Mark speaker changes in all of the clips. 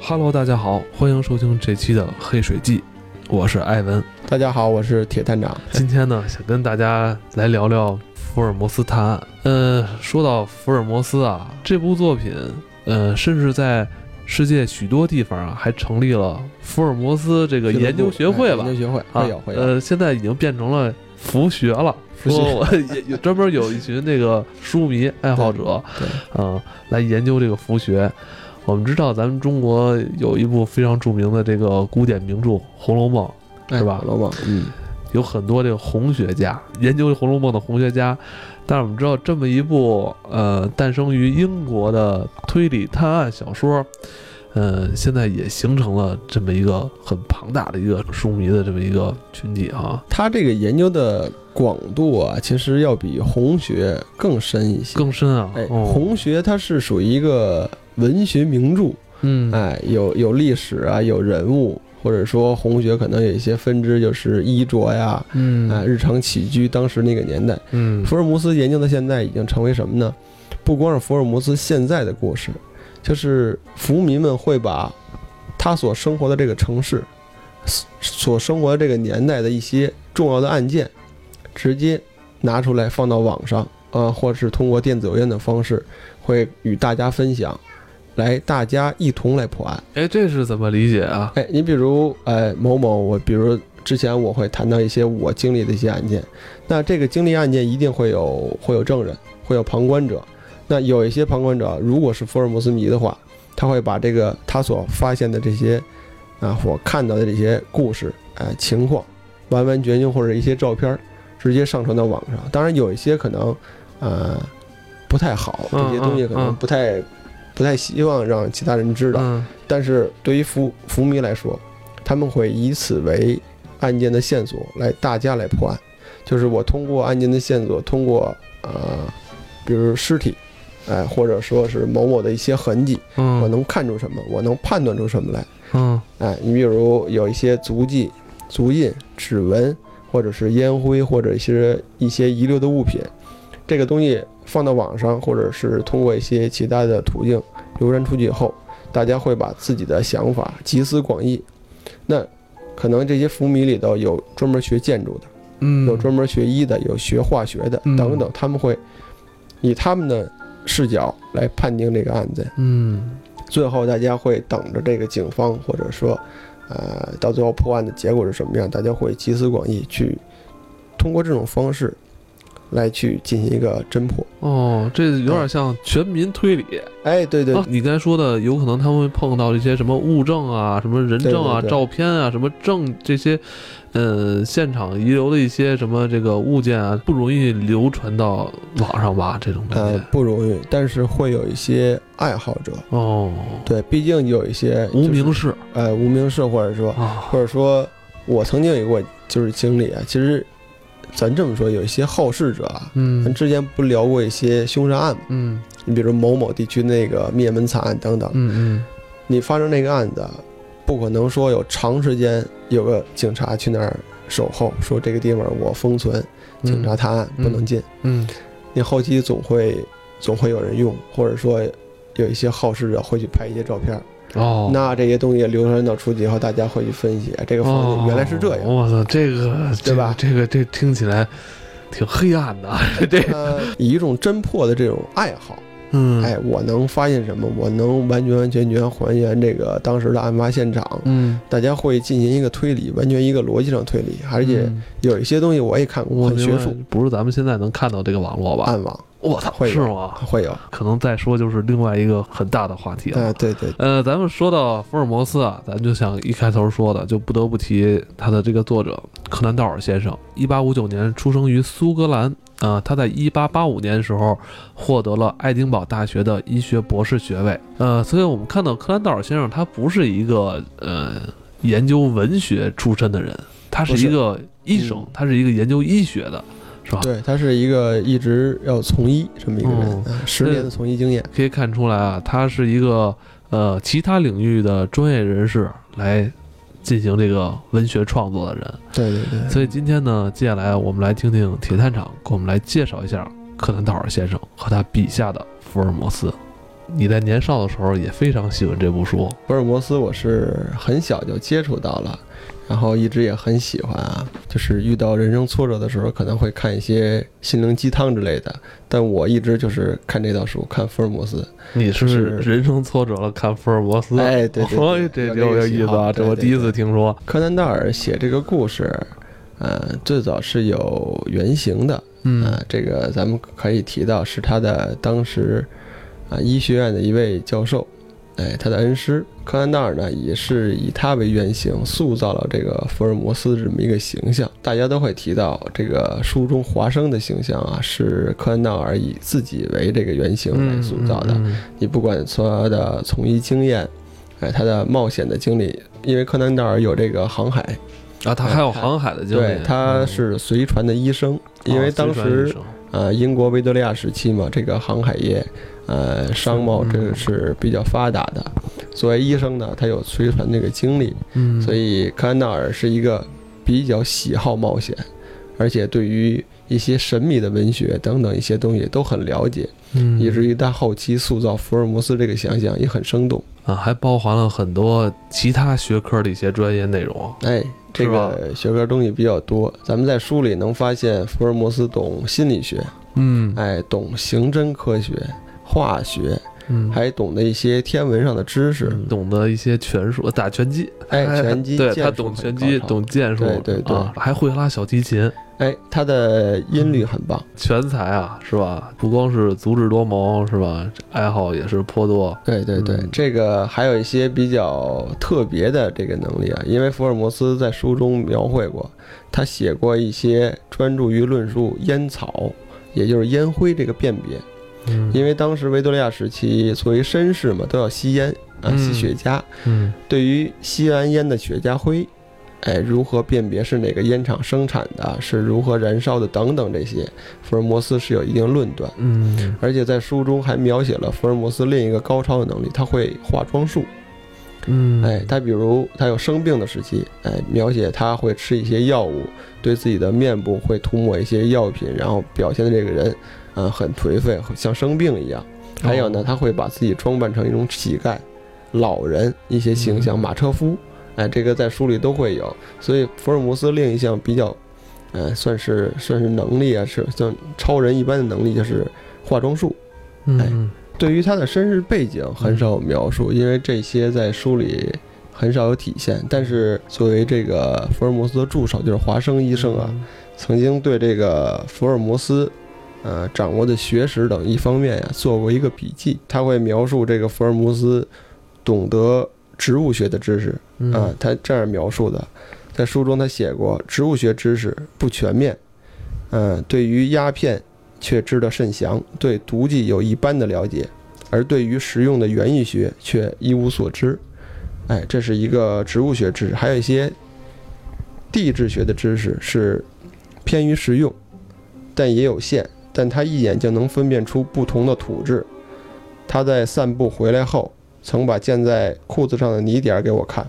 Speaker 1: Hello，大家好，欢迎收听这期的《黑水记》，我是艾 文。
Speaker 2: 大家好，我是铁探长。
Speaker 1: 今天呢，想跟大家来聊聊福尔摩斯探案。呃，说到福尔摩斯啊，这部作品，呃，甚至在世界许多地方啊，还成立了福尔摩斯这个
Speaker 2: 俱乐部
Speaker 1: 研究学会了
Speaker 2: 哎研究学会
Speaker 1: 啊
Speaker 2: 会有会。有。
Speaker 1: 呃，现在已经变成了福学了。
Speaker 2: 福学
Speaker 1: 说我也有专门有一群那个书 迷爱好者，
Speaker 2: 对，
Speaker 1: 嗯，来研究这个佛学。我们知道，咱们中国有一部非常著名的这个古典名著《红楼梦》，
Speaker 2: 哎
Speaker 1: 是吧
Speaker 2: 红楼梦，嗯，
Speaker 1: 有很多这个红学家研究《红楼梦》的红学家。但是我们知道，这么一部呃诞生于英国的推理探案小说，呃，现在也形成了这么一个很庞大的一个书迷的这么一个群体啊，
Speaker 2: 他这个研究的广度啊，其实要比红学更深一些。
Speaker 1: 更深啊。
Speaker 2: 哎，
Speaker 1: 哦
Speaker 2: 红学它是属于一个文学名著，
Speaker 1: 嗯
Speaker 2: 哎，有有历史啊，有人物，或者说红学可能有一些分支，就是衣着呀，啊，
Speaker 1: 嗯
Speaker 2: 日常起居，当时那个年代。
Speaker 1: 嗯
Speaker 2: 福尔摩斯研究到现在已经成为什么呢？不光是福尔摩斯现在的故事，就是福民们会把他所生活的这个城市、所所生活的这个年代的一些重要的案件，直接拿出来放到网上，呃，或是通过电子邮件的方式，会与大家分享，来大家一同来破案。
Speaker 1: 哎，这是怎么理解啊？
Speaker 2: 哎，你比如，哎，某某，我比如之前我会谈到一些我经历的一些案件，那这个经历案件一定会有会有证人，会有旁观者。那有一些旁观者，如果是福尔摩斯迷的话，他会把这个他所发现的这些，啊，我看到的这些故事，哎、情况，完完全全或者一些照片儿，直接上传到网上。当然，有一些可能，呃，不太好，这些东西
Speaker 1: 嗯
Speaker 2: 可
Speaker 1: 嗯
Speaker 2: 能
Speaker 1: 嗯
Speaker 2: 不太，不太希望让其他人知道。
Speaker 1: 嗯
Speaker 2: 但是对于伏伏迷来说，他们会以此为案件的线索来大家来破案，就是我通过案件的线索，通过呃，比如尸体，哎、或者说是某某的一些痕迹，我
Speaker 1: 嗯
Speaker 2: 能看出什么，我能判断出什么来，
Speaker 1: 嗯
Speaker 2: 哎、你比如有一些足迹、足印、指纹，或者是烟灰，或者一些一些遗留的物品，这个东西放到网上，或者是通过一些其他的途径流传出去以后，大家会把自己的想法集思广益。那可能这些浮迷里头有专门学建筑的，
Speaker 1: 嗯，
Speaker 2: 有专门学医的，有学化学的
Speaker 1: 嗯
Speaker 2: 等等，他们会以他们的视角来判定这个案子。
Speaker 1: 嗯
Speaker 2: 最后大家会等着这个警方或者说，呃，到最后破案的结果是什么样，大家会集思广益去通过这种方式来去进行一个侦破。
Speaker 1: 哦，这有点像全民推理。
Speaker 2: 哎，对对，
Speaker 1: 啊、你刚才说的，有可能他们会碰到一些什么物证啊、什么人证啊、
Speaker 2: 对对对
Speaker 1: 照片啊、什么证这些，呃，现场遗留的一些什么这个物件啊，不容易流传到网上吧？这种东
Speaker 2: 呃
Speaker 1: 西。，
Speaker 2: 不容易，但是会有一些爱好者，
Speaker 1: 哦，
Speaker 2: 对，毕竟有一些、
Speaker 1: 无
Speaker 2: 呃就是
Speaker 1: 名氏
Speaker 2: 呃无名氏，或者说
Speaker 1: 啊，
Speaker 2: 或者说我曾经有过就是经历啊，其实咱这么说，有一些好事者啊，咱
Speaker 1: 嗯
Speaker 2: 之前不聊过一些凶杀案吗？
Speaker 1: 嗯
Speaker 2: 你比如某某地区那个灭门惨案等等
Speaker 1: 嗯，嗯
Speaker 2: 你发生那个案子，不可能说有长时间有个警察去那儿守候，说这个地方我封存，
Speaker 1: 嗯，
Speaker 2: 警察探案
Speaker 1: 嗯
Speaker 2: 不能进。
Speaker 1: 嗯
Speaker 2: 你后期总会总会有人用，或者说有一些好事者会去拍一些照片，
Speaker 1: 哦，
Speaker 2: 那这些东西流传到出去以后，大家会去分析哎这个房
Speaker 1: 哦
Speaker 2: 子原来是这样。
Speaker 1: 我操，这个
Speaker 2: 对吧
Speaker 1: 这个这个这听起来挺黑暗的，啊这
Speaker 2: 呃，以一种侦破的这种爱好，
Speaker 1: 嗯
Speaker 2: 哎，我能发现什么？我能完全完全全还原这个当时的案发现场，
Speaker 1: 嗯，
Speaker 2: 大家会进行一个推理，完全一个逻辑上推理，而且
Speaker 1: 嗯
Speaker 2: 有一些东西我也看过，
Speaker 1: 我
Speaker 2: 很
Speaker 1: 明
Speaker 2: 学
Speaker 1: 白
Speaker 2: 术，
Speaker 1: 不是咱们现在能看到这个网络吧？
Speaker 2: 暗网
Speaker 1: 我操，
Speaker 2: 会有
Speaker 1: 是吗？
Speaker 2: 会有。
Speaker 1: 可能再说就是另外一个很大的话题了。
Speaker 2: 哎，对对，
Speaker 1: 呃，咱们说到福尔摩斯啊，咱就像一开头说的，就不得不提他的这个作者柯南道尔先生。一八五九年出生于苏格兰，啊、他在一八八五年的时候获得了爱丁堡大学的医学博士学位。呃，所以我们看到柯南道尔先生他不是一个呃研究文学出身的人，他是
Speaker 2: 不是
Speaker 1: 一个医生，
Speaker 2: 嗯
Speaker 1: 他是一个研究医学的，是吧？
Speaker 2: 对，他是一个一直要从医这么一个人
Speaker 1: 哦，
Speaker 2: 啊十年的从医经验。
Speaker 1: 可以看出来啊，他是一个呃其他领域的专业人士来进行这个文学创作的人。
Speaker 2: 对对对，
Speaker 1: 所以今天呢，接下来我们来听听铁探长给我们来介绍一下柯南道尔先生和他笔下的福尔摩斯。你在年少的时候也非常喜欢这部书，
Speaker 2: 福尔摩斯我是很小就接触到了，然后一直也很喜欢啊。就是遇到人生挫折的时候，可能会看一些心灵鸡汤之类的，但我一直就是看这套书，看福尔摩斯。
Speaker 1: 你是
Speaker 2: 是
Speaker 1: 人生挫折了看福尔摩斯，
Speaker 2: 哎，对对
Speaker 1: 哦
Speaker 2: 对，
Speaker 1: 这
Speaker 2: 有
Speaker 1: 有有意
Speaker 2: 喜
Speaker 1: 思
Speaker 2: 好
Speaker 1: 啊，这
Speaker 2: 对
Speaker 1: 我
Speaker 2: 对
Speaker 1: 第一
Speaker 2: 对
Speaker 1: 次听说。
Speaker 2: 柯南道尔写这个故事，呃，最早是有原型的，
Speaker 1: 嗯
Speaker 2: 呃，这个咱们可以提到是他的当时啊、医学院的一位教授，哎，他的恩师柯南道尔呢，也是以他为原型塑造了这个福尔摩斯这么一个形象。大家都会提到这个书中华生的形象啊，是柯南道尔以自己为这个原型来塑造的。
Speaker 1: 嗯嗯
Speaker 2: 你不管从他的从医经验，哎，他的冒险的经历，因为柯南道尔有这个航海，
Speaker 1: 嗯啊，他还有航海的经历，
Speaker 2: 哎
Speaker 1: 哦
Speaker 2: 对，他
Speaker 1: 嗯
Speaker 2: 是随船的医生，因为当时呃英国维多利亚时期嘛，这个航海业呃商贸这个是比较发达的。作为医生呢，他有随船这个经历，
Speaker 1: 嗯，
Speaker 2: 所以柯南道尔是一个比较喜好冒险，而且对于一些神秘的文学等等一些东西都很了解，
Speaker 1: 嗯
Speaker 2: 以至于他后期塑造福尔摩斯这个形象也很生动。
Speaker 1: 啊，还包含了很多其他学科的一些专业内容。
Speaker 2: 哎，这个学科东西比较多。咱们在书里能发现，福尔摩斯懂心理学，
Speaker 1: 嗯
Speaker 2: 哎，懂刑侦科学、化学，
Speaker 1: 嗯，
Speaker 2: 还懂得一些天文上的知识。
Speaker 1: 嗯懂得一些拳术，打拳击，
Speaker 2: 哎
Speaker 1: 他
Speaker 2: 拳击
Speaker 1: 对
Speaker 2: 剑
Speaker 1: 他
Speaker 2: 术
Speaker 1: 懂
Speaker 2: 很
Speaker 1: 拳
Speaker 2: 高
Speaker 1: 击，
Speaker 2: 超
Speaker 1: 懂剑术，
Speaker 2: 对对对
Speaker 1: 啊，还会拉小提琴，
Speaker 2: 哎，他的音律很棒。
Speaker 1: 全才啊，是吧？不光是足智多谋，是吧？爱好也是颇多。
Speaker 2: 对对对
Speaker 1: 嗯，
Speaker 2: 这个还有一些比较特别的这个能力啊，因为福尔摩斯在书中描绘过，他写过一些专注于论述烟草，也就是烟灰这个辨别。
Speaker 1: 嗯
Speaker 2: 因为当时维多利亚时期，作为绅士嘛，都要吸烟啊，
Speaker 1: 嗯
Speaker 2: 吸雪茄。
Speaker 1: 嗯
Speaker 2: 对于吸完烟的雪茄灰，哎，如何辨别是哪个烟厂生产的，是如何燃烧的等等这些，福尔摩斯是有一定论断。
Speaker 1: 嗯
Speaker 2: 而且在书中还描写了福尔摩斯另一个高超的能力，他会化妆术。
Speaker 1: 嗯，
Speaker 2: 哎，他比如他有生病的时期，哎，描写他会吃一些药物，对自己的面部会涂抹一些药品，然后表现的这个人，啊、很颓废，像生病一样。还有
Speaker 1: 哦
Speaker 2: 呢，他会把自己装扮成一种乞丐、老人一些形象，
Speaker 1: 嗯
Speaker 2: 马车夫，哎，这个在书里都会有。所以福尔摩斯另一项比较，呃，算是算是能力啊，是算超人一般的能力，就是化妆术。哎
Speaker 1: 嗯，
Speaker 2: 对于他的身世背景很少有描述，因为这些在书里很少有体现。但是作为这个福尔摩斯的助手，就是华生医生啊，曾经对这个福尔摩斯，呃，掌握的学识等一方面呀、做过一个笔记。他会描述这个福尔摩斯懂得植物学的知识
Speaker 1: 嗯
Speaker 2: 啊、他这样描述的，在书中他写过，植物学知识不全面，嗯、对于鸦片却知得甚详，对毒剂有一般的了解，而对于实用的园艺学却一无所知。哎，这是一个植物学知识，还有一些地质学的知识是偏于实用，但也有限。但他一眼就能分辨出不同的土质。他在散步回来后，曾把溅在裤子上的泥点儿给我看，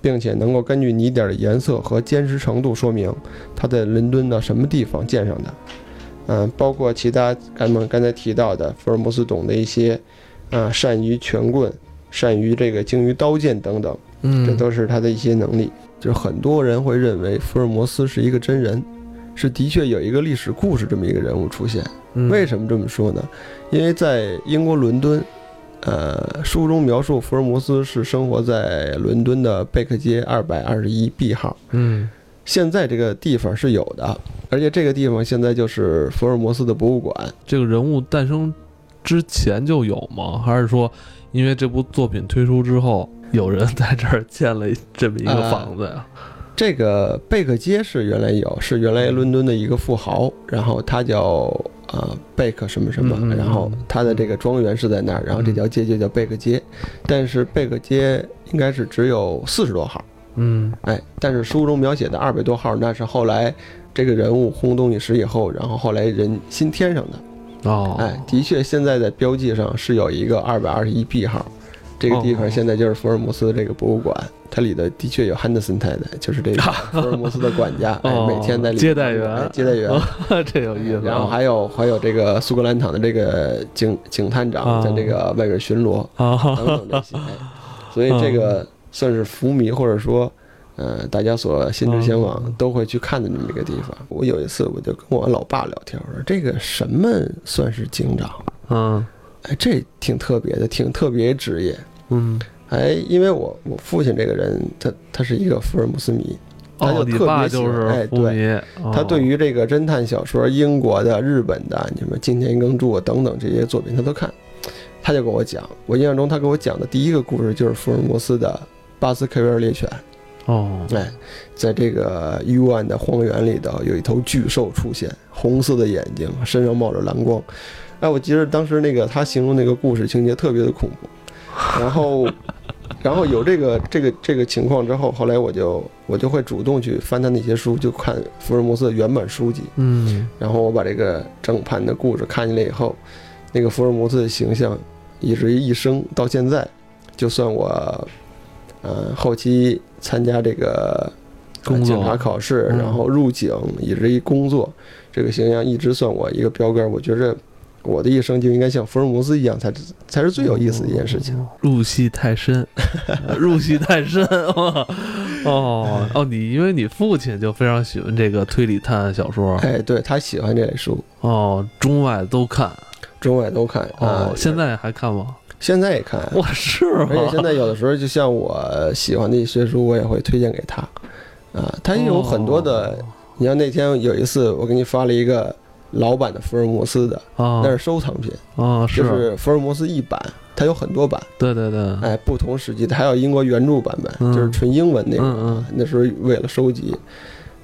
Speaker 2: 并且能够根据泥点儿的颜色和坚实程度说明他在伦敦的什么地方见上的。嗯，包括其他咱们刚才提到的福尔摩斯懂的一些，啊，善于拳棍，善于这个精于刀剑等等。
Speaker 1: 嗯，
Speaker 2: 这都是他的一些能力。就是很多人会认为福尔摩斯是一个真人，是的确有一个历史故事这么一个人物出现。
Speaker 1: 嗯
Speaker 2: 为什么这么说呢？因为在英国伦敦，呃，书中描述福尔摩斯是生活在伦敦的贝克街二百二十一 B 号。
Speaker 1: 嗯
Speaker 2: 现在这个地方是有的，而且这个地方现在就是福尔摩斯的博物馆。
Speaker 1: 这个人物诞生之前就有吗？还是说，因为这部作品推出之后，有人在这儿建了这么一个房子
Speaker 2: 啊
Speaker 1: 呀、
Speaker 2: 这个贝克街是原来有，是原来伦敦的一个富豪，然后他叫呃贝克什么什么
Speaker 1: 嗯嗯，嗯
Speaker 2: 然后他的这个庄园是在那儿，然后这条街就叫贝克街，但是贝克街应该是只有四十多号，
Speaker 1: 嗯
Speaker 2: 哎，但是书中描写的二百多号那是后来这个人物轰动一时以后，然后后来人新添上的，
Speaker 1: 哦，
Speaker 2: 哎，的确现在在标记上是有一个二百二十一 B 号，这个地
Speaker 1: 哦
Speaker 2: 方现在就是福尔摩斯的这个博物馆，它里的的确有汉德森太太，就是这个福尔摩斯的管 家，哎
Speaker 1: 啊哦，
Speaker 2: 每天在里
Speaker 1: 接待员哦
Speaker 2: 哎接待员，
Speaker 1: 这有意思啊。
Speaker 2: 然后还有还有这个苏格兰场的这个警警探
Speaker 1: 啊
Speaker 2: 长在这个外边巡逻等
Speaker 1: 啊，
Speaker 2: 等这些，哎 所以这个算是浮迷或者说。呃，大家所心之向往都会去看的这么一个地方。我有一次我就跟我老爸聊天，我说这个什么算是警长？
Speaker 1: 嗯
Speaker 2: 哎，这挺特别的，挺特别职业。
Speaker 1: 嗯，
Speaker 2: 哎，因为我我父亲这个人，他他是一个福尔摩斯迷，他
Speaker 1: 哦，
Speaker 2: 就
Speaker 1: 你
Speaker 2: 特别
Speaker 1: 爸
Speaker 2: 喜
Speaker 1: 就
Speaker 2: 欢
Speaker 1: 是
Speaker 2: 哎
Speaker 1: 福迷，哦
Speaker 2: 他对于这个侦探小说、英国的、日本的，你们金田耕助啊等等这些作品，他都看。他就跟我讲，我印象中他给我讲的第一个故事就是福尔摩斯的《巴斯克维尔猎犬》。
Speaker 1: 哦，
Speaker 2: 哎，在这个幽暗的荒原里头，有一头巨兽出现，红色的眼睛，身上冒着蓝光。哎，我记得当时那个他形容那个故事情节特别的恐怖，然后，然后有这个这个这个情况之后，后来我就我就会主动去翻他那些书，就看福尔摩斯的原版书籍。
Speaker 1: 嗯
Speaker 2: 然后我把这个整盘的故事看进来以后，那个福尔摩斯的形象，以至于一生到现在，就算我，呃，后期参加这个呃
Speaker 1: 工作
Speaker 2: 警察考试，
Speaker 1: 嗯
Speaker 2: 然后入警，以至于工作，这个形象一直算我一个标杆儿。我觉着我的一生就应该像福尔摩斯一样才，才是最有意思的一件事情。
Speaker 1: 入戏太 深，入戏太深， 哇哦哦，你因为你父亲就非常喜欢这个推理探案小说，
Speaker 2: 哎，对他喜欢这类书，
Speaker 1: 哦，中外都看，
Speaker 2: 中外都看啊
Speaker 1: 哦，。现在还看 吗？
Speaker 2: 现在也看，
Speaker 1: 哇，是
Speaker 2: 而且现
Speaker 1: 吗？
Speaker 2: 在有的时候，就像我喜欢的一些书，我也会推荐给他。啊，他也
Speaker 1: 哦
Speaker 2: 有很多的。你像那天有一次，我给你发了一个老版的福尔摩斯的，
Speaker 1: 哦，啊
Speaker 2: 那是收藏品，
Speaker 1: 啊，，
Speaker 2: 就是是福尔摩斯一版，它有很多版，
Speaker 1: 对对对，嗯
Speaker 2: 哎，不同时期的，还有英国原著版
Speaker 1: 嗯
Speaker 2: 本，就是纯英文那个。
Speaker 1: 嗯
Speaker 2: 那时候为了收集，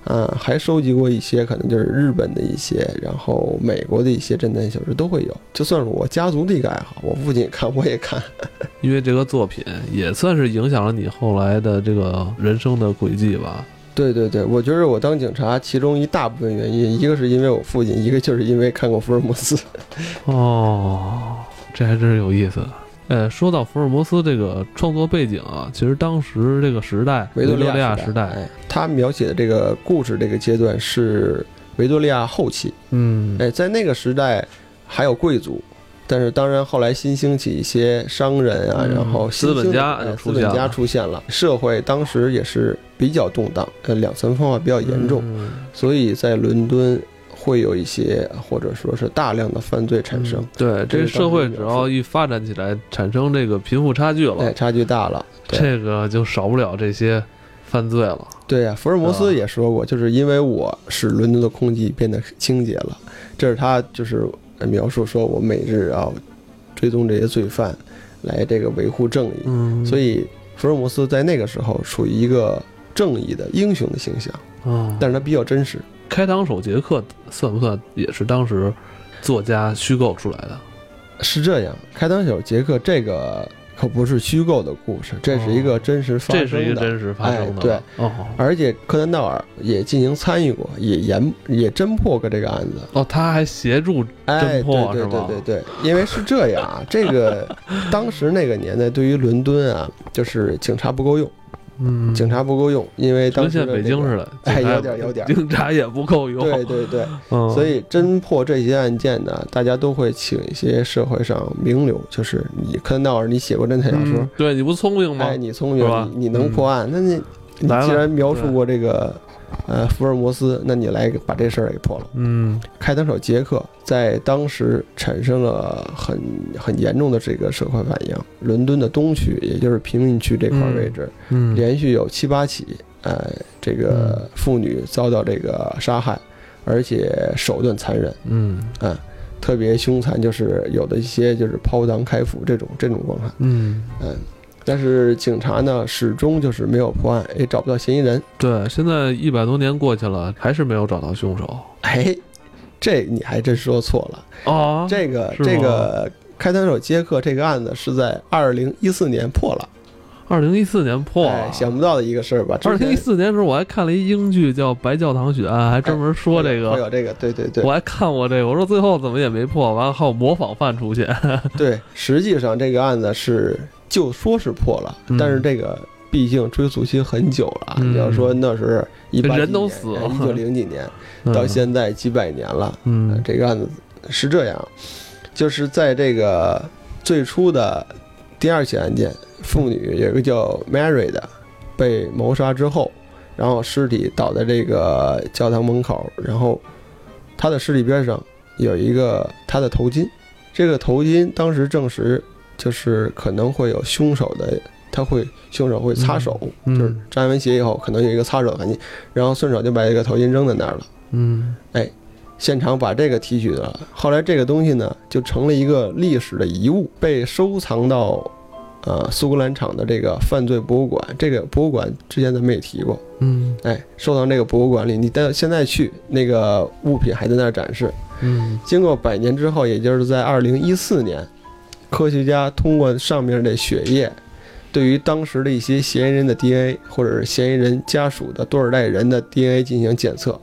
Speaker 2: 啊，还收集过一些可能就是日本的一些，然后美国的一些侦探小说都会有。就算是我家族的一个爱好，我父亲也看，我也看。
Speaker 1: 因为这个作品也算是影响了你后来的这个人生的轨迹吧。
Speaker 2: 对对对，我觉得我当警察，其中一大部分原因，一个是因为我父亲，一个就是因为看过福尔摩斯。
Speaker 1: 哦，这还真是有意思。呃，说到福尔摩斯这个创作背景啊，其实当时这个时代，维
Speaker 2: 维
Speaker 1: 多
Speaker 2: 多
Speaker 1: 利
Speaker 2: 利
Speaker 1: 亚
Speaker 2: 亚
Speaker 1: 时
Speaker 2: 时
Speaker 1: 代，
Speaker 2: 哎，他描写的这个故事这个阶段是维多利亚后期，
Speaker 1: 嗯，
Speaker 2: 哎，在那个时代还有贵族，但是当然后来新兴起一些商人啊，
Speaker 1: 嗯
Speaker 2: 然后新兴
Speaker 1: 资本家
Speaker 2: 哎
Speaker 1: 就出
Speaker 2: 资
Speaker 1: 现了
Speaker 2: 本家出现了，社会当时也是比较动荡，呃，两层分化比较严重，
Speaker 1: 嗯
Speaker 2: 所以在伦敦会有一些或者说是大量的犯罪产生。
Speaker 1: 嗯对，这个社会只要一发展起来，产生这个贫富差距
Speaker 2: 哎，
Speaker 1: 了，
Speaker 2: 差距大了。对
Speaker 1: 嗯这个就少不了这些犯罪了。
Speaker 2: 对呀、福尔摩斯也说过，就是因为我使伦敦的空气变得清洁了，这是他就是描述说我每日啊追踪这些罪犯，来这个维护正义。
Speaker 1: 嗯，
Speaker 2: 所
Speaker 1: 以，
Speaker 2: 以福尔摩斯在那个时候处于一个正义的英雄的形象，
Speaker 1: 嗯，
Speaker 2: 但是他比较真实。
Speaker 1: 开膛手杰克算不算也是当时作家虚构出来的？
Speaker 2: 是这样，开膛手杰克这个可不是虚构的故事，这是一个真实发
Speaker 1: 哦这
Speaker 2: 生的。
Speaker 1: 是一个真实发生的，
Speaker 2: 哎
Speaker 1: 哦
Speaker 2: 而且柯南道尔也进行参与过，也研也侦破过这个案子。
Speaker 1: 哦，他还协助，
Speaker 2: 哎，
Speaker 1: 侦破
Speaker 2: 对
Speaker 1: 是吗
Speaker 2: 对对对对，因为是这样啊，这 个当时那个年代，对于伦敦啊，就是警察不够用，
Speaker 1: 嗯，
Speaker 2: 警察不够用，因为
Speaker 1: 跟
Speaker 2: 当时
Speaker 1: 现
Speaker 2: 的
Speaker 1: 在
Speaker 2: 那
Speaker 1: 北京
Speaker 2: 个
Speaker 1: 似的，
Speaker 2: 哎
Speaker 1: 警察
Speaker 2: 有点有 点
Speaker 1: 警察也不够用，
Speaker 2: 对对对，
Speaker 1: 嗯，
Speaker 2: 所以侦破这些案件呢，大家都会请一些社会上名流，就是你柯南道尔，你写过侦探小说
Speaker 1: 嗯，对，你不聪明吗
Speaker 2: 哎，？你聪
Speaker 1: 是吧嗯
Speaker 2: 明，你你能破案，那你你
Speaker 1: 来了
Speaker 2: 既然描述过这个呃福尔摩斯，那你来把这事儿给破了。
Speaker 1: 嗯，
Speaker 2: 开膛手杰克在当时产生了很很严重的这个社会反应。伦敦的东区，也就是贫民区这块位置，
Speaker 1: 嗯，
Speaker 2: 连续有七八起，呃，这个妇女遭到这个杀害，而且手段残忍，
Speaker 1: 嗯
Speaker 2: 特别凶残，就是有的一些就是抛膛开腹这种这种光害。
Speaker 1: 嗯，
Speaker 2: 但是警察呢，始终就是没有破案，也找不到嫌疑人。
Speaker 1: 对，现在一百多年过去了，还是没有找到凶手
Speaker 2: 哎，这你还真说错了。
Speaker 1: 啊，
Speaker 2: 这个
Speaker 1: 是吗
Speaker 2: 这个开膛手杰克这个案子是在二零一四年破了，
Speaker 1: 二零一四年破、
Speaker 2: 哎，想不到的一个事儿吧？
Speaker 1: 二
Speaker 2: 之前
Speaker 1: 零一四年的时候，我还看了一英剧叫《白教堂血案》，还专门说这
Speaker 2: 会
Speaker 1: 个。
Speaker 2: 有这个，对对对
Speaker 1: 我还看过这个，我说最后怎么也没破，完了还有模仿犯出 现。
Speaker 2: 对。实际上这个案子是就说是破了，
Speaker 1: 嗯
Speaker 2: 但是这个毕竟追溯期很久了。
Speaker 1: 嗯
Speaker 2: 你要说那是一八
Speaker 1: 人都死了
Speaker 2: 一九零几年到现在几百年了，呃
Speaker 1: 嗯，
Speaker 2: 这个案子是这样，就是在这个最初的第二起案件，妇女有一个叫 Mary 的被谋杀之后，然后尸体倒在这个教堂门口，然后她的尸体边上有一个她的头巾，这个头巾当时证实就是可能会有凶手的。他会凶手会擦手，
Speaker 1: 嗯嗯
Speaker 2: 呃就是沾完血以后，可能有一个擦手的痕迹，然后顺手就把这个头巾扔在那儿了。
Speaker 1: 嗯
Speaker 2: 现场把这个提取了。后来这个东西呢，就成了一个历史的遗物，被收藏到呃苏格兰场的这个犯罪博物馆。这个博物馆之前咱们也提过，
Speaker 1: 嗯
Speaker 2: 哎，收藏这个博物馆里，你到现在去，那个物品还在那儿展示。
Speaker 1: 嗯
Speaker 2: 经过百年之后，也就是在二零一四年，科学家通过上面的血液，对于当时的一些嫌疑人的 DNA 或者是嫌疑人家属的多少代人的 DNA 进行检测，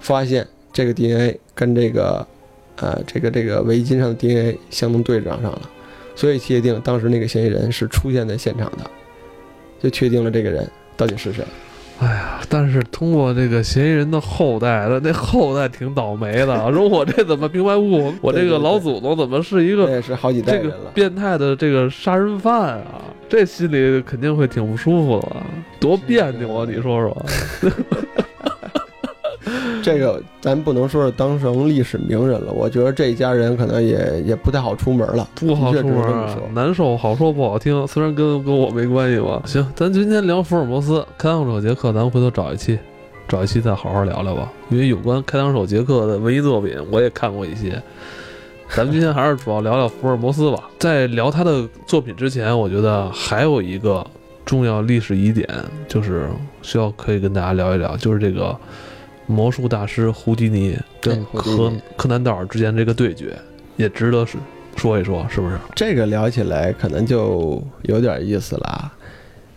Speaker 2: 发现这个 DNA 跟这个呃这个这个围巾上的 DNA 相能对仗上了，所以确定当时那个嫌疑人是出现在现场的，就确定了这个人到底是谁。
Speaker 1: 哎但是通过这个嫌疑人的后代，那那后代挺倒霉的。 我说我这怎么平白无故，我这
Speaker 2: 对对
Speaker 1: 个
Speaker 2: 对
Speaker 1: 老祖宗怎么是一
Speaker 2: 那
Speaker 1: 个
Speaker 2: 也是好几代
Speaker 1: 这
Speaker 2: 人
Speaker 1: 个
Speaker 2: 了。
Speaker 1: 变态的这个杀人犯啊？这心里肯定会挺不舒服的吧，多别扭啊！你说说，
Speaker 2: 这个咱不能说是当成历史名人了，我觉得这一家人可能也也不太好出门了。
Speaker 1: 不好
Speaker 2: 的确
Speaker 1: 出
Speaker 2: 只
Speaker 1: 门
Speaker 2: 能这么
Speaker 1: 啊
Speaker 2: 说，
Speaker 1: 难受，好说不好听。虽然跟跟我没关系吧。行，咱今天聊福尔摩斯开膛手杰克，咱回头找一期，找一期再好好聊聊吧。因为有关开膛手杰克的文艺作品，我也看过一些。咱们今天还是主要聊聊福尔摩斯吧。在聊他的作品之前，我觉得还有一个重要历史疑点，就是需要可以跟大家聊一聊，就是这个魔术大师胡迪尼跟
Speaker 2: 哎胡迪尼
Speaker 1: 柯柯南道尔之间这个对决，也值得是说一说，是不是？
Speaker 2: 这个聊起来可能就有点意思了啊，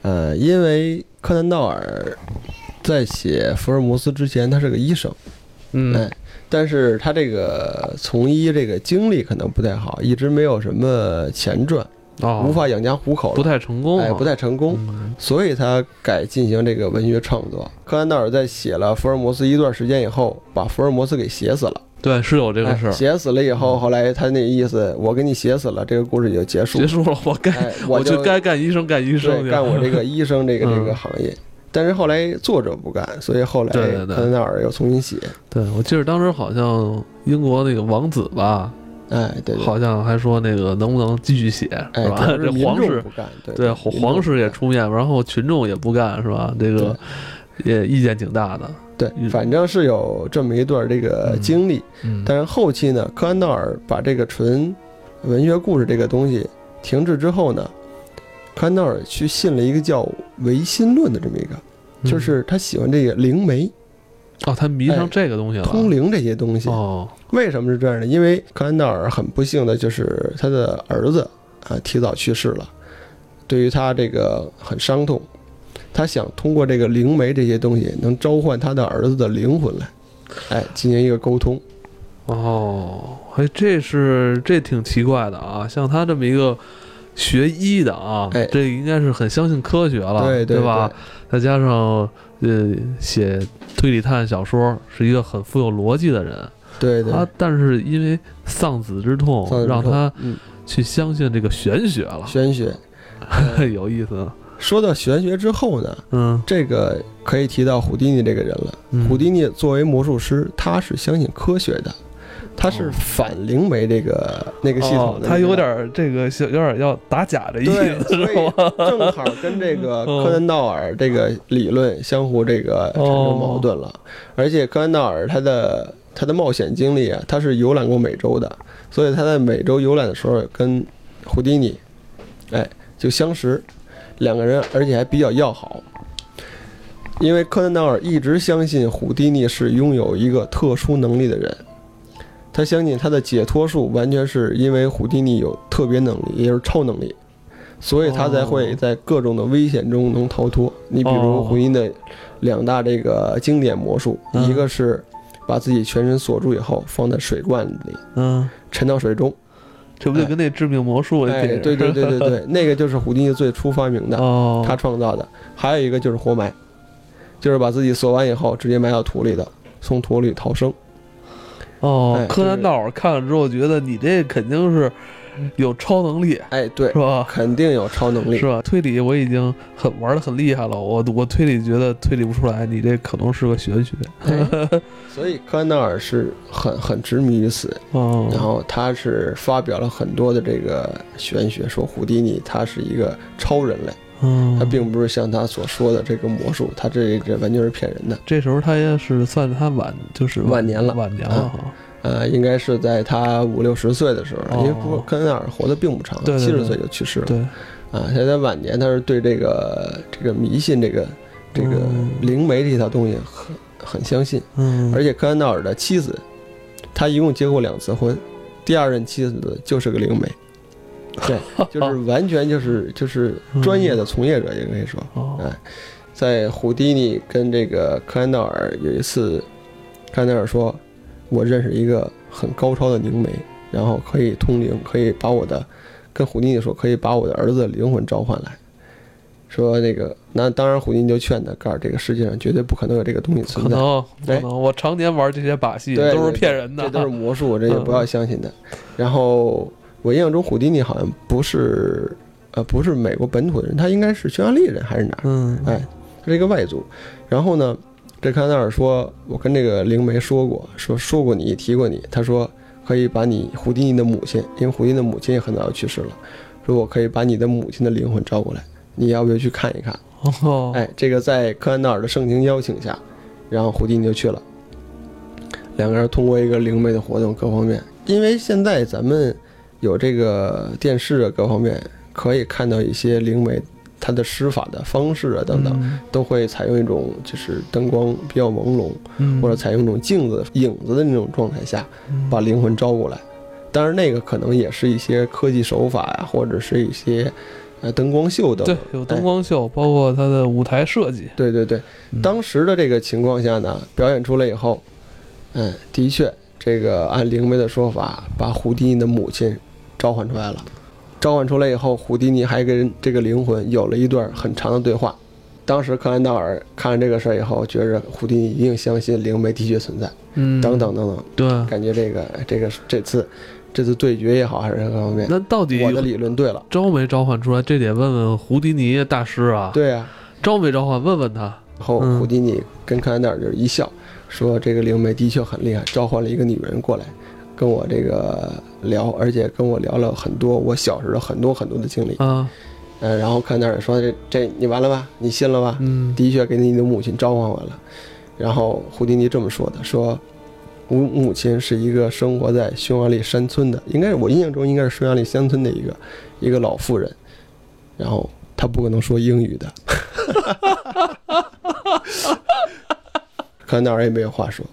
Speaker 2: 呃，因为柯南道尔在写福尔摩斯之前，他是个医生，
Speaker 1: 嗯
Speaker 2: 哎，但是他这个从医这个经历可能不太好，一直没有什么钱赚，
Speaker 1: 哦，
Speaker 2: 无法养家糊口
Speaker 1: 不
Speaker 2: 了，
Speaker 1: 太成功、啊，
Speaker 2: 哎，不太成功。
Speaker 1: 嗯
Speaker 2: 所以他改进行这个文学创作。柯南道尔在写了福尔摩斯一段时间以后，把福尔摩斯给写死了。
Speaker 1: 对，嗯是有这个事
Speaker 2: 哎
Speaker 1: 儿。
Speaker 2: 写死了以后，后来他那意思，我给你写死了，这个故事也就结束
Speaker 1: 结。束了，我该、
Speaker 2: 哎，
Speaker 1: 我
Speaker 2: 就
Speaker 1: 就该干医生干医生去
Speaker 2: 对干我这个医生这个
Speaker 1: 嗯
Speaker 2: 这个行业。但是后来作者不干，所以后来
Speaker 1: 对对对
Speaker 2: 柯南道尔又重新写。
Speaker 1: 对，我记得当时好像英国那个王子吧，
Speaker 2: 哎，对对，
Speaker 1: 好像还说那个能不能继续写，
Speaker 2: 哎，
Speaker 1: 是吧？
Speaker 2: 但是
Speaker 1: 这
Speaker 2: 民
Speaker 1: 皇
Speaker 2: 众
Speaker 1: 室
Speaker 2: 不干，对
Speaker 1: 对
Speaker 2: 民众
Speaker 1: 皇
Speaker 2: 不
Speaker 1: 室也
Speaker 2: 干
Speaker 1: 出面，然后群众也不干，是吧？这个也意见挺大的。
Speaker 2: 对
Speaker 1: 嗯，
Speaker 2: 反正是有这么一段这个
Speaker 1: 嗯
Speaker 2: 经历。
Speaker 1: 嗯，
Speaker 2: 但是后期呢，柯南道尔把这个纯文学故事这个东西停滞之后呢，柯南道尔去信了一个叫唯心论的这么一个，
Speaker 1: 嗯
Speaker 2: 就是他喜欢这个灵媒、
Speaker 1: 哦，他迷上
Speaker 2: 哎
Speaker 1: 这个东西了，
Speaker 2: 通灵这些东西。
Speaker 1: 哦，
Speaker 2: 为什么是这样呢？因为柯南道尔很不幸的就是他的儿子啊提早去世了，对于他这个很伤痛。他想通过这个灵媒这些东西，能召唤他的儿子的灵魂来，哎，进行一个沟通。
Speaker 1: 哦，哎，这是这挺奇怪的啊！像他这么一个学医的啊，
Speaker 2: 哎
Speaker 1: 这应该是很相信科学了，
Speaker 2: 对对
Speaker 1: 吧？再加上呃，写推理探案小说是一个很富有逻辑的人，
Speaker 2: 对对，
Speaker 1: 他但是因为丧子之痛，
Speaker 2: 丧子之
Speaker 1: 让
Speaker 2: 痛
Speaker 1: 他
Speaker 2: 嗯
Speaker 1: 去相信这个玄学了，
Speaker 2: 玄学。
Speaker 1: 有意思。啊
Speaker 2: 说到玄学之后呢，
Speaker 1: 嗯，
Speaker 2: 这个可以提到胡迪尼这个人了。
Speaker 1: 嗯
Speaker 2: 胡迪尼作为魔术师，他是相信科学的，他是反灵媒这个那个系
Speaker 1: 哦
Speaker 2: 统，的。
Speaker 1: 他有点儿这个有点儿要打假的意
Speaker 2: 对
Speaker 1: 思，，
Speaker 2: 所
Speaker 1: 是哦
Speaker 2: 以
Speaker 1: 吧？
Speaker 2: 正好跟这个柯南道尔这个理论相互这个产
Speaker 1: 哦
Speaker 2: 生矛盾了。而且柯南道尔他的他的冒险经历啊，他是游览过美洲的，所以他在美洲游览的时候跟胡迪尼，哎，就相识，两个人而且还比较要好。因为柯南道尔一直相信胡迪尼是拥有一个特殊能力的人，他相信他的解脱术完全是因为胡迪尼有特别能力，也就是超能力，所以他才会
Speaker 1: 哦
Speaker 2: 在各种的危险中能逃脱。你比如
Speaker 1: 哦
Speaker 2: 胡因的两大这个经典魔术，
Speaker 1: 嗯
Speaker 2: 一个是把自己全身锁住以后放在水罐里
Speaker 1: 嗯，
Speaker 2: 沉到水中，
Speaker 1: 这不就跟那致命魔术那
Speaker 2: 哎，
Speaker 1: 电影
Speaker 2: 对对对对对，那个就是胡因最初 发明的，
Speaker 1: 哦，
Speaker 2: 他创造的。还有一个就是活埋，就是把自己锁完以后直接埋到土里的，从土里逃生。
Speaker 1: 哦
Speaker 2: 哎，
Speaker 1: 柯南道尔看了之后觉得你这肯定是有超能力，
Speaker 2: 哎，对
Speaker 1: 是，吧？
Speaker 2: 肯定有超能力
Speaker 1: 是。吧？推理我已经很玩的很厉害了，我我推理觉得推理不出来，你这可能是个玄学。
Speaker 2: 哎 所以柯南道尔是很很执迷于此，
Speaker 1: 哦，
Speaker 2: 然后他是发表了很多的这个玄学，说胡迪尼他是一个超人类，
Speaker 1: 嗯，
Speaker 2: 他并不是像他所说的这个魔术，他这这完全是骗人的。
Speaker 1: 这时候他也是算他晚，就是
Speaker 2: 晚年了
Speaker 1: 晚年了哈。
Speaker 2: 呃，应该是在他五六十岁的时候，
Speaker 1: 哦
Speaker 2: 因为不柯南道尔活得并不长，
Speaker 1: 对对
Speaker 2: 七
Speaker 1: 对
Speaker 2: 十岁就去世了。
Speaker 1: 对，
Speaker 2: 啊，他在晚年他是对这个这个迷信这个这个
Speaker 1: 嗯
Speaker 2: 灵媒这套东西很很相信，
Speaker 1: 嗯，
Speaker 2: 而且柯南道尔的妻子，他一共结过两次婚，第二任妻子就是个灵媒，对， 就是完全就是就是专业的从业者，也可以说，
Speaker 1: 哦，
Speaker 2: 在胡迪尼跟这个柯南道尔有一次，柯南道尔说，我认识一个很高超的灵媒，然后可以通灵，可以把我的，跟胡迪尼说可以把我的儿子的灵魂召唤来。说那个，那当然，胡迪尼就劝他，告诉这个世界上绝对不可能有这个东西
Speaker 1: 可
Speaker 2: 存在。
Speaker 1: 能可
Speaker 2: 哎
Speaker 1: 能我常年玩这些把戏
Speaker 2: 对
Speaker 1: 都是
Speaker 2: 对
Speaker 1: 骗人的
Speaker 2: 这，都是魔术，这个不要相信的。然后我印象中，胡迪尼好像不是呃不是美国本土的人，他应该是匈牙利人还是哪儿？
Speaker 1: 嗯，
Speaker 2: 哎，他是一个外族。然后呢，这康奈尔说，我跟这个灵媒说过，说说过你，提过你。他说可以把你胡迪尼的母亲，因为胡迪尼的母亲也很早就去世了，说我可以把你的母亲的灵魂招过来，你要不要去看一看？
Speaker 1: 哦，
Speaker 2: 哎，这个在柯南道尔的盛情邀请下，然后胡迪尼就去了。两个人通过一个灵媒的活动，各方面，因为现在咱们有这个电视啊，各方面可以看到一些灵媒他的施法的方式啊等等，
Speaker 1: 嗯，
Speaker 2: 都会采用一种就是灯光比较朦胧，
Speaker 1: 嗯，
Speaker 2: 或者采用一种镜子影子的那种状态下，
Speaker 1: 嗯
Speaker 2: 把灵魂招过来。当然，那个可能也是一些科技手法呀、或者是一些呃灯光秀等等
Speaker 1: 对。有灯光秀，包括他的舞台设计，
Speaker 2: 对对对，
Speaker 1: 嗯
Speaker 2: 当时的这个情况下呢，表演出来以后，嗯，的确，这个按灵媒的说法，把胡迪尼的母亲召唤出来了。召唤出来以后，胡迪尼还跟这个灵魂有了一段很长的对话。当时柯南道尔看了这个事儿以后，觉着胡迪尼一定相信灵媒的确存在，
Speaker 1: 嗯，
Speaker 2: 等等等等，
Speaker 1: 对。
Speaker 2: 感觉这个这个这次这次对决也好，还是各方面，
Speaker 1: 那到底
Speaker 2: 我的理论对了。
Speaker 1: 招没召唤出来？这得问问胡迪尼大师啊，
Speaker 2: 对啊，
Speaker 1: 招没召唤？问问他。
Speaker 2: 然后
Speaker 1: 嗯
Speaker 2: 胡迪尼跟康奈尔就是一笑，说这个灵媒的确很厉害，召唤了一个女人过来，跟我这个聊，而且跟我聊了很多我小时候很多很多的经历。
Speaker 1: 啊，
Speaker 2: 嗯、然后康奈尔说这这你完了吧？你信了吧？
Speaker 1: 嗯，
Speaker 2: 的确给你的母亲召唤完了。然后胡迪尼这么说的，说我母亲是一个生活在匈牙利山村的，应该是我印象中应该是匈牙利乡村的一个一个老妇人，然后她不可能说英语的，可哪儿也没有话说。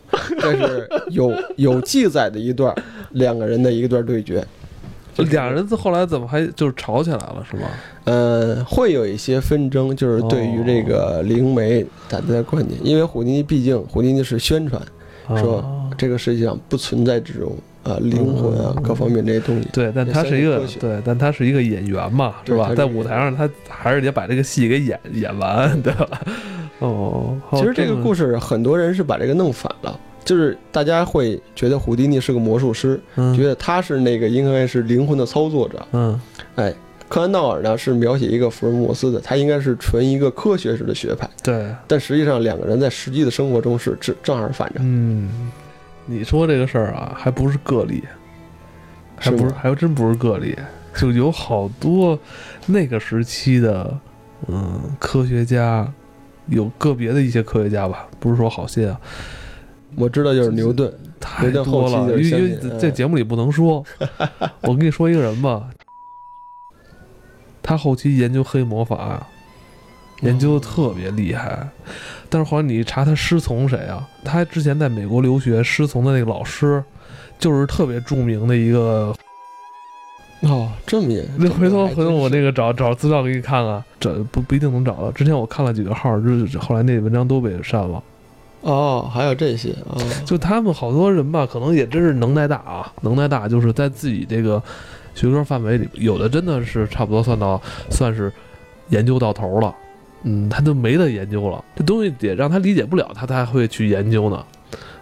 Speaker 2: 但是有有记载的一段儿两个人的一段对决，就是
Speaker 1: 俩人后来怎么还就是吵起来了是吧？
Speaker 2: 呃，会有一些纷争，就是对于这个灵媒大家的观点，因为胡迪尼毕竟胡迪尼是宣传说
Speaker 1: 啊
Speaker 2: 这个世界上不存在这种呃灵魂啊
Speaker 1: 嗯
Speaker 2: 各方面这些东西，
Speaker 1: 对，但
Speaker 2: 也
Speaker 1: 他
Speaker 2: 算
Speaker 1: 是一
Speaker 2: 是
Speaker 1: 个
Speaker 2: 科学
Speaker 1: 对，但他是一个演员嘛，是
Speaker 2: 对他
Speaker 1: 吧？
Speaker 2: 是
Speaker 1: 在
Speaker 2: 一个
Speaker 1: 舞台上，他还是得把这个戏给演演完，对吧？哦，
Speaker 2: 其实这个故
Speaker 1: 事，
Speaker 2: 事很多人是把这个弄反了，就是大家会觉得胡迪尼是个魔术师，
Speaker 1: 嗯
Speaker 2: 觉得他是那个应该是灵魂的操作者。
Speaker 1: 嗯
Speaker 2: 柯南道尔呢是描写一个福尔摩斯的，他应该是纯一个科学式的学派，
Speaker 1: 对，
Speaker 2: 但实际上两个人在实际的生活中是正正好反着，
Speaker 1: 嗯，你说这个事儿啊，还不是个例，还
Speaker 2: 是
Speaker 1: 不是，
Speaker 2: 吗
Speaker 1: 还真不是个例，就有好多那个时期的，嗯，科学家，有个别的一些科学家吧，不是说好些啊，
Speaker 2: 我知道就是牛顿，
Speaker 1: 太多
Speaker 2: 后期
Speaker 1: 了，
Speaker 2: 就是
Speaker 1: 因为
Speaker 2: 相
Speaker 1: 因
Speaker 2: 信
Speaker 1: 为
Speaker 2: 嗯
Speaker 1: 在节目里不能 说。我跟你说一个人吧，他后期研究黑魔法，研究的特别厉害。但是后来你一查，他师从谁啊？他之前在美国留学，师从的那个老师就是特别著名的一个
Speaker 2: 哦，这么严，
Speaker 1: 那回头
Speaker 2: 还
Speaker 1: 回
Speaker 2: 真
Speaker 1: 头我
Speaker 2: 是
Speaker 1: 那个找找资料给你看看，这不不一定能找到。之前我看了几个号，就是后来那文章都被删了。
Speaker 2: 哦，还有这些啊，
Speaker 1: 就他们好多人吧，可能也真是能耐大啊，能耐大就是在自己这个学科范围里，有的真的是差不多算到算是研究到头了，嗯，他就没得研究了，这东西得让他理解不了，他才会去研究呢。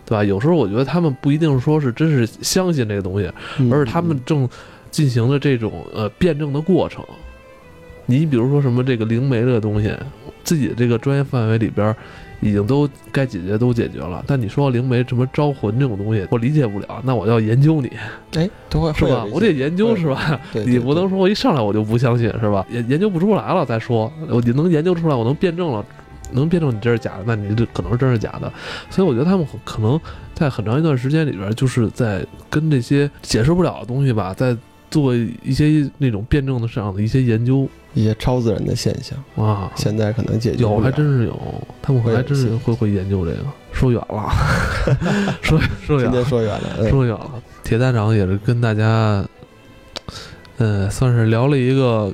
Speaker 1: 对吧？有时候我觉得他们不一定说是真是相信这个东西，
Speaker 2: 嗯
Speaker 1: 而是他们正进行了这种呃辩证的过程。你比如说什么这个灵媒这个东西，自己的这个专业范围里边儿已经都该解决都解决了，但你说灵媒什么招魂这种东西，我理解不了，那我要研究你
Speaker 2: 哎都会
Speaker 1: 是吧？我得研究是吧？
Speaker 2: 对
Speaker 1: 你不能说我一上来我就不相信是吧？研研究不出来了再说，我你能研究出来，我能辩证了。能辩证你这是假的，那你这可能是真是假的，所以我觉得他们很可能在很长一段时间里边，就是在跟这些解释不了的东西吧，在做一些那种辩证的上的一些研究
Speaker 2: 一些超自然的现象，
Speaker 1: 啊。
Speaker 2: 现在可能解决
Speaker 1: 有
Speaker 2: 不
Speaker 1: 还
Speaker 2: 了
Speaker 1: 真是有，他们
Speaker 2: 会
Speaker 1: 还真是
Speaker 2: 是
Speaker 1: 会会研究这个。说远了， 说说远
Speaker 2: 今
Speaker 1: 了
Speaker 2: 天，说远了，嗯
Speaker 1: 说远了。铁蛋长也是跟大家，呃，算是聊了一个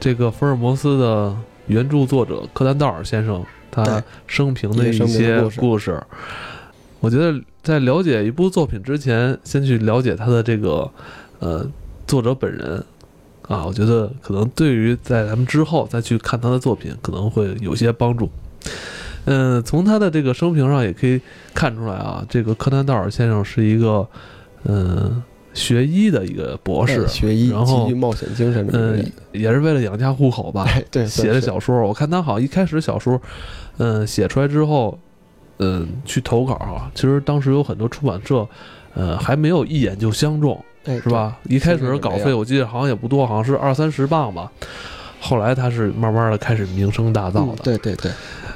Speaker 1: 这个福尔摩斯的原著作者柯南道尔先生他
Speaker 2: 对
Speaker 1: 生平的
Speaker 2: 一
Speaker 1: 一
Speaker 2: 些生平
Speaker 1: 些
Speaker 2: 的故事
Speaker 1: 故事。我觉得在了解一部作品之前，先去了解他的这个呃作者本人啊，我觉得可能对于在咱们之后再去看他的作品，可能会有些帮助。嗯，从他的这个生平上也可以看出来啊，这个柯南道尔先生是一个嗯学医的一个博士
Speaker 2: 哎，学医
Speaker 1: 然后
Speaker 2: 极具冒险精神的
Speaker 1: 嗯
Speaker 2: 人，，
Speaker 1: 也是为了养家糊口吧，
Speaker 2: 哎对，
Speaker 1: 写的
Speaker 2: 算是
Speaker 1: 小说。我看他好像一开始小说，嗯，写出来之后，嗯，去投稿啊，其实当时有很多出版社，呃，还没有一眼就相中，
Speaker 2: 哎
Speaker 1: 是吧？一开
Speaker 2: 现在
Speaker 1: 始
Speaker 2: 就
Speaker 1: 稿
Speaker 2: 没
Speaker 1: 费
Speaker 2: 有
Speaker 1: 我记得好像也不多，好像是二三十磅吧。后来他是慢慢的开始名声大
Speaker 2: 对
Speaker 1: 噪
Speaker 2: 嗯
Speaker 1: 的，
Speaker 2: 对对对，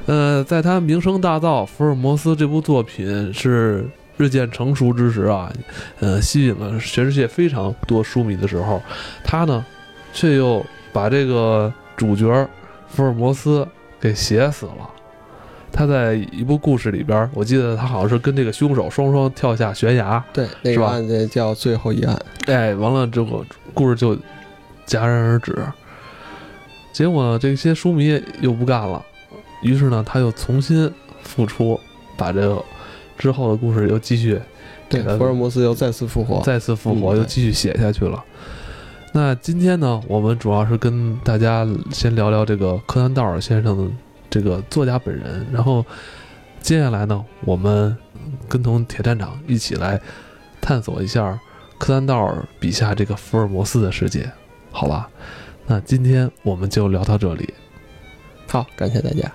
Speaker 1: 呃，在他名声大噪，《福尔摩斯》这部作品是日渐成熟之时啊，呃，吸引了全世界非常多书迷的时候，他呢，却又把这个主角儿福尔摩斯给写死了。他在一部故事里边儿，我记得他好像是跟这个凶手双双跳下悬崖，
Speaker 2: 对那
Speaker 1: 是
Speaker 2: 个
Speaker 1: 吧
Speaker 2: 案子叫最后一案，
Speaker 1: 哎，完了之后故事就戛然而止。结果呢，这些书迷又不干了，于是呢，他又重新复出，把这个之后的故事又继续
Speaker 2: 对
Speaker 1: 给他
Speaker 2: 福尔摩斯又再次复活，
Speaker 1: 再次复活，
Speaker 2: 嗯
Speaker 1: 又继续写下去了。那今天呢，我们主要是跟大家先聊聊这个柯南道尔先生的这个作家本人，然后接下来呢，我们跟同铁站长一起来探索一下柯南道尔笔下这个福尔摩斯的世界，好吧？那今天我们就聊到这里。
Speaker 2: 好，感谢大家。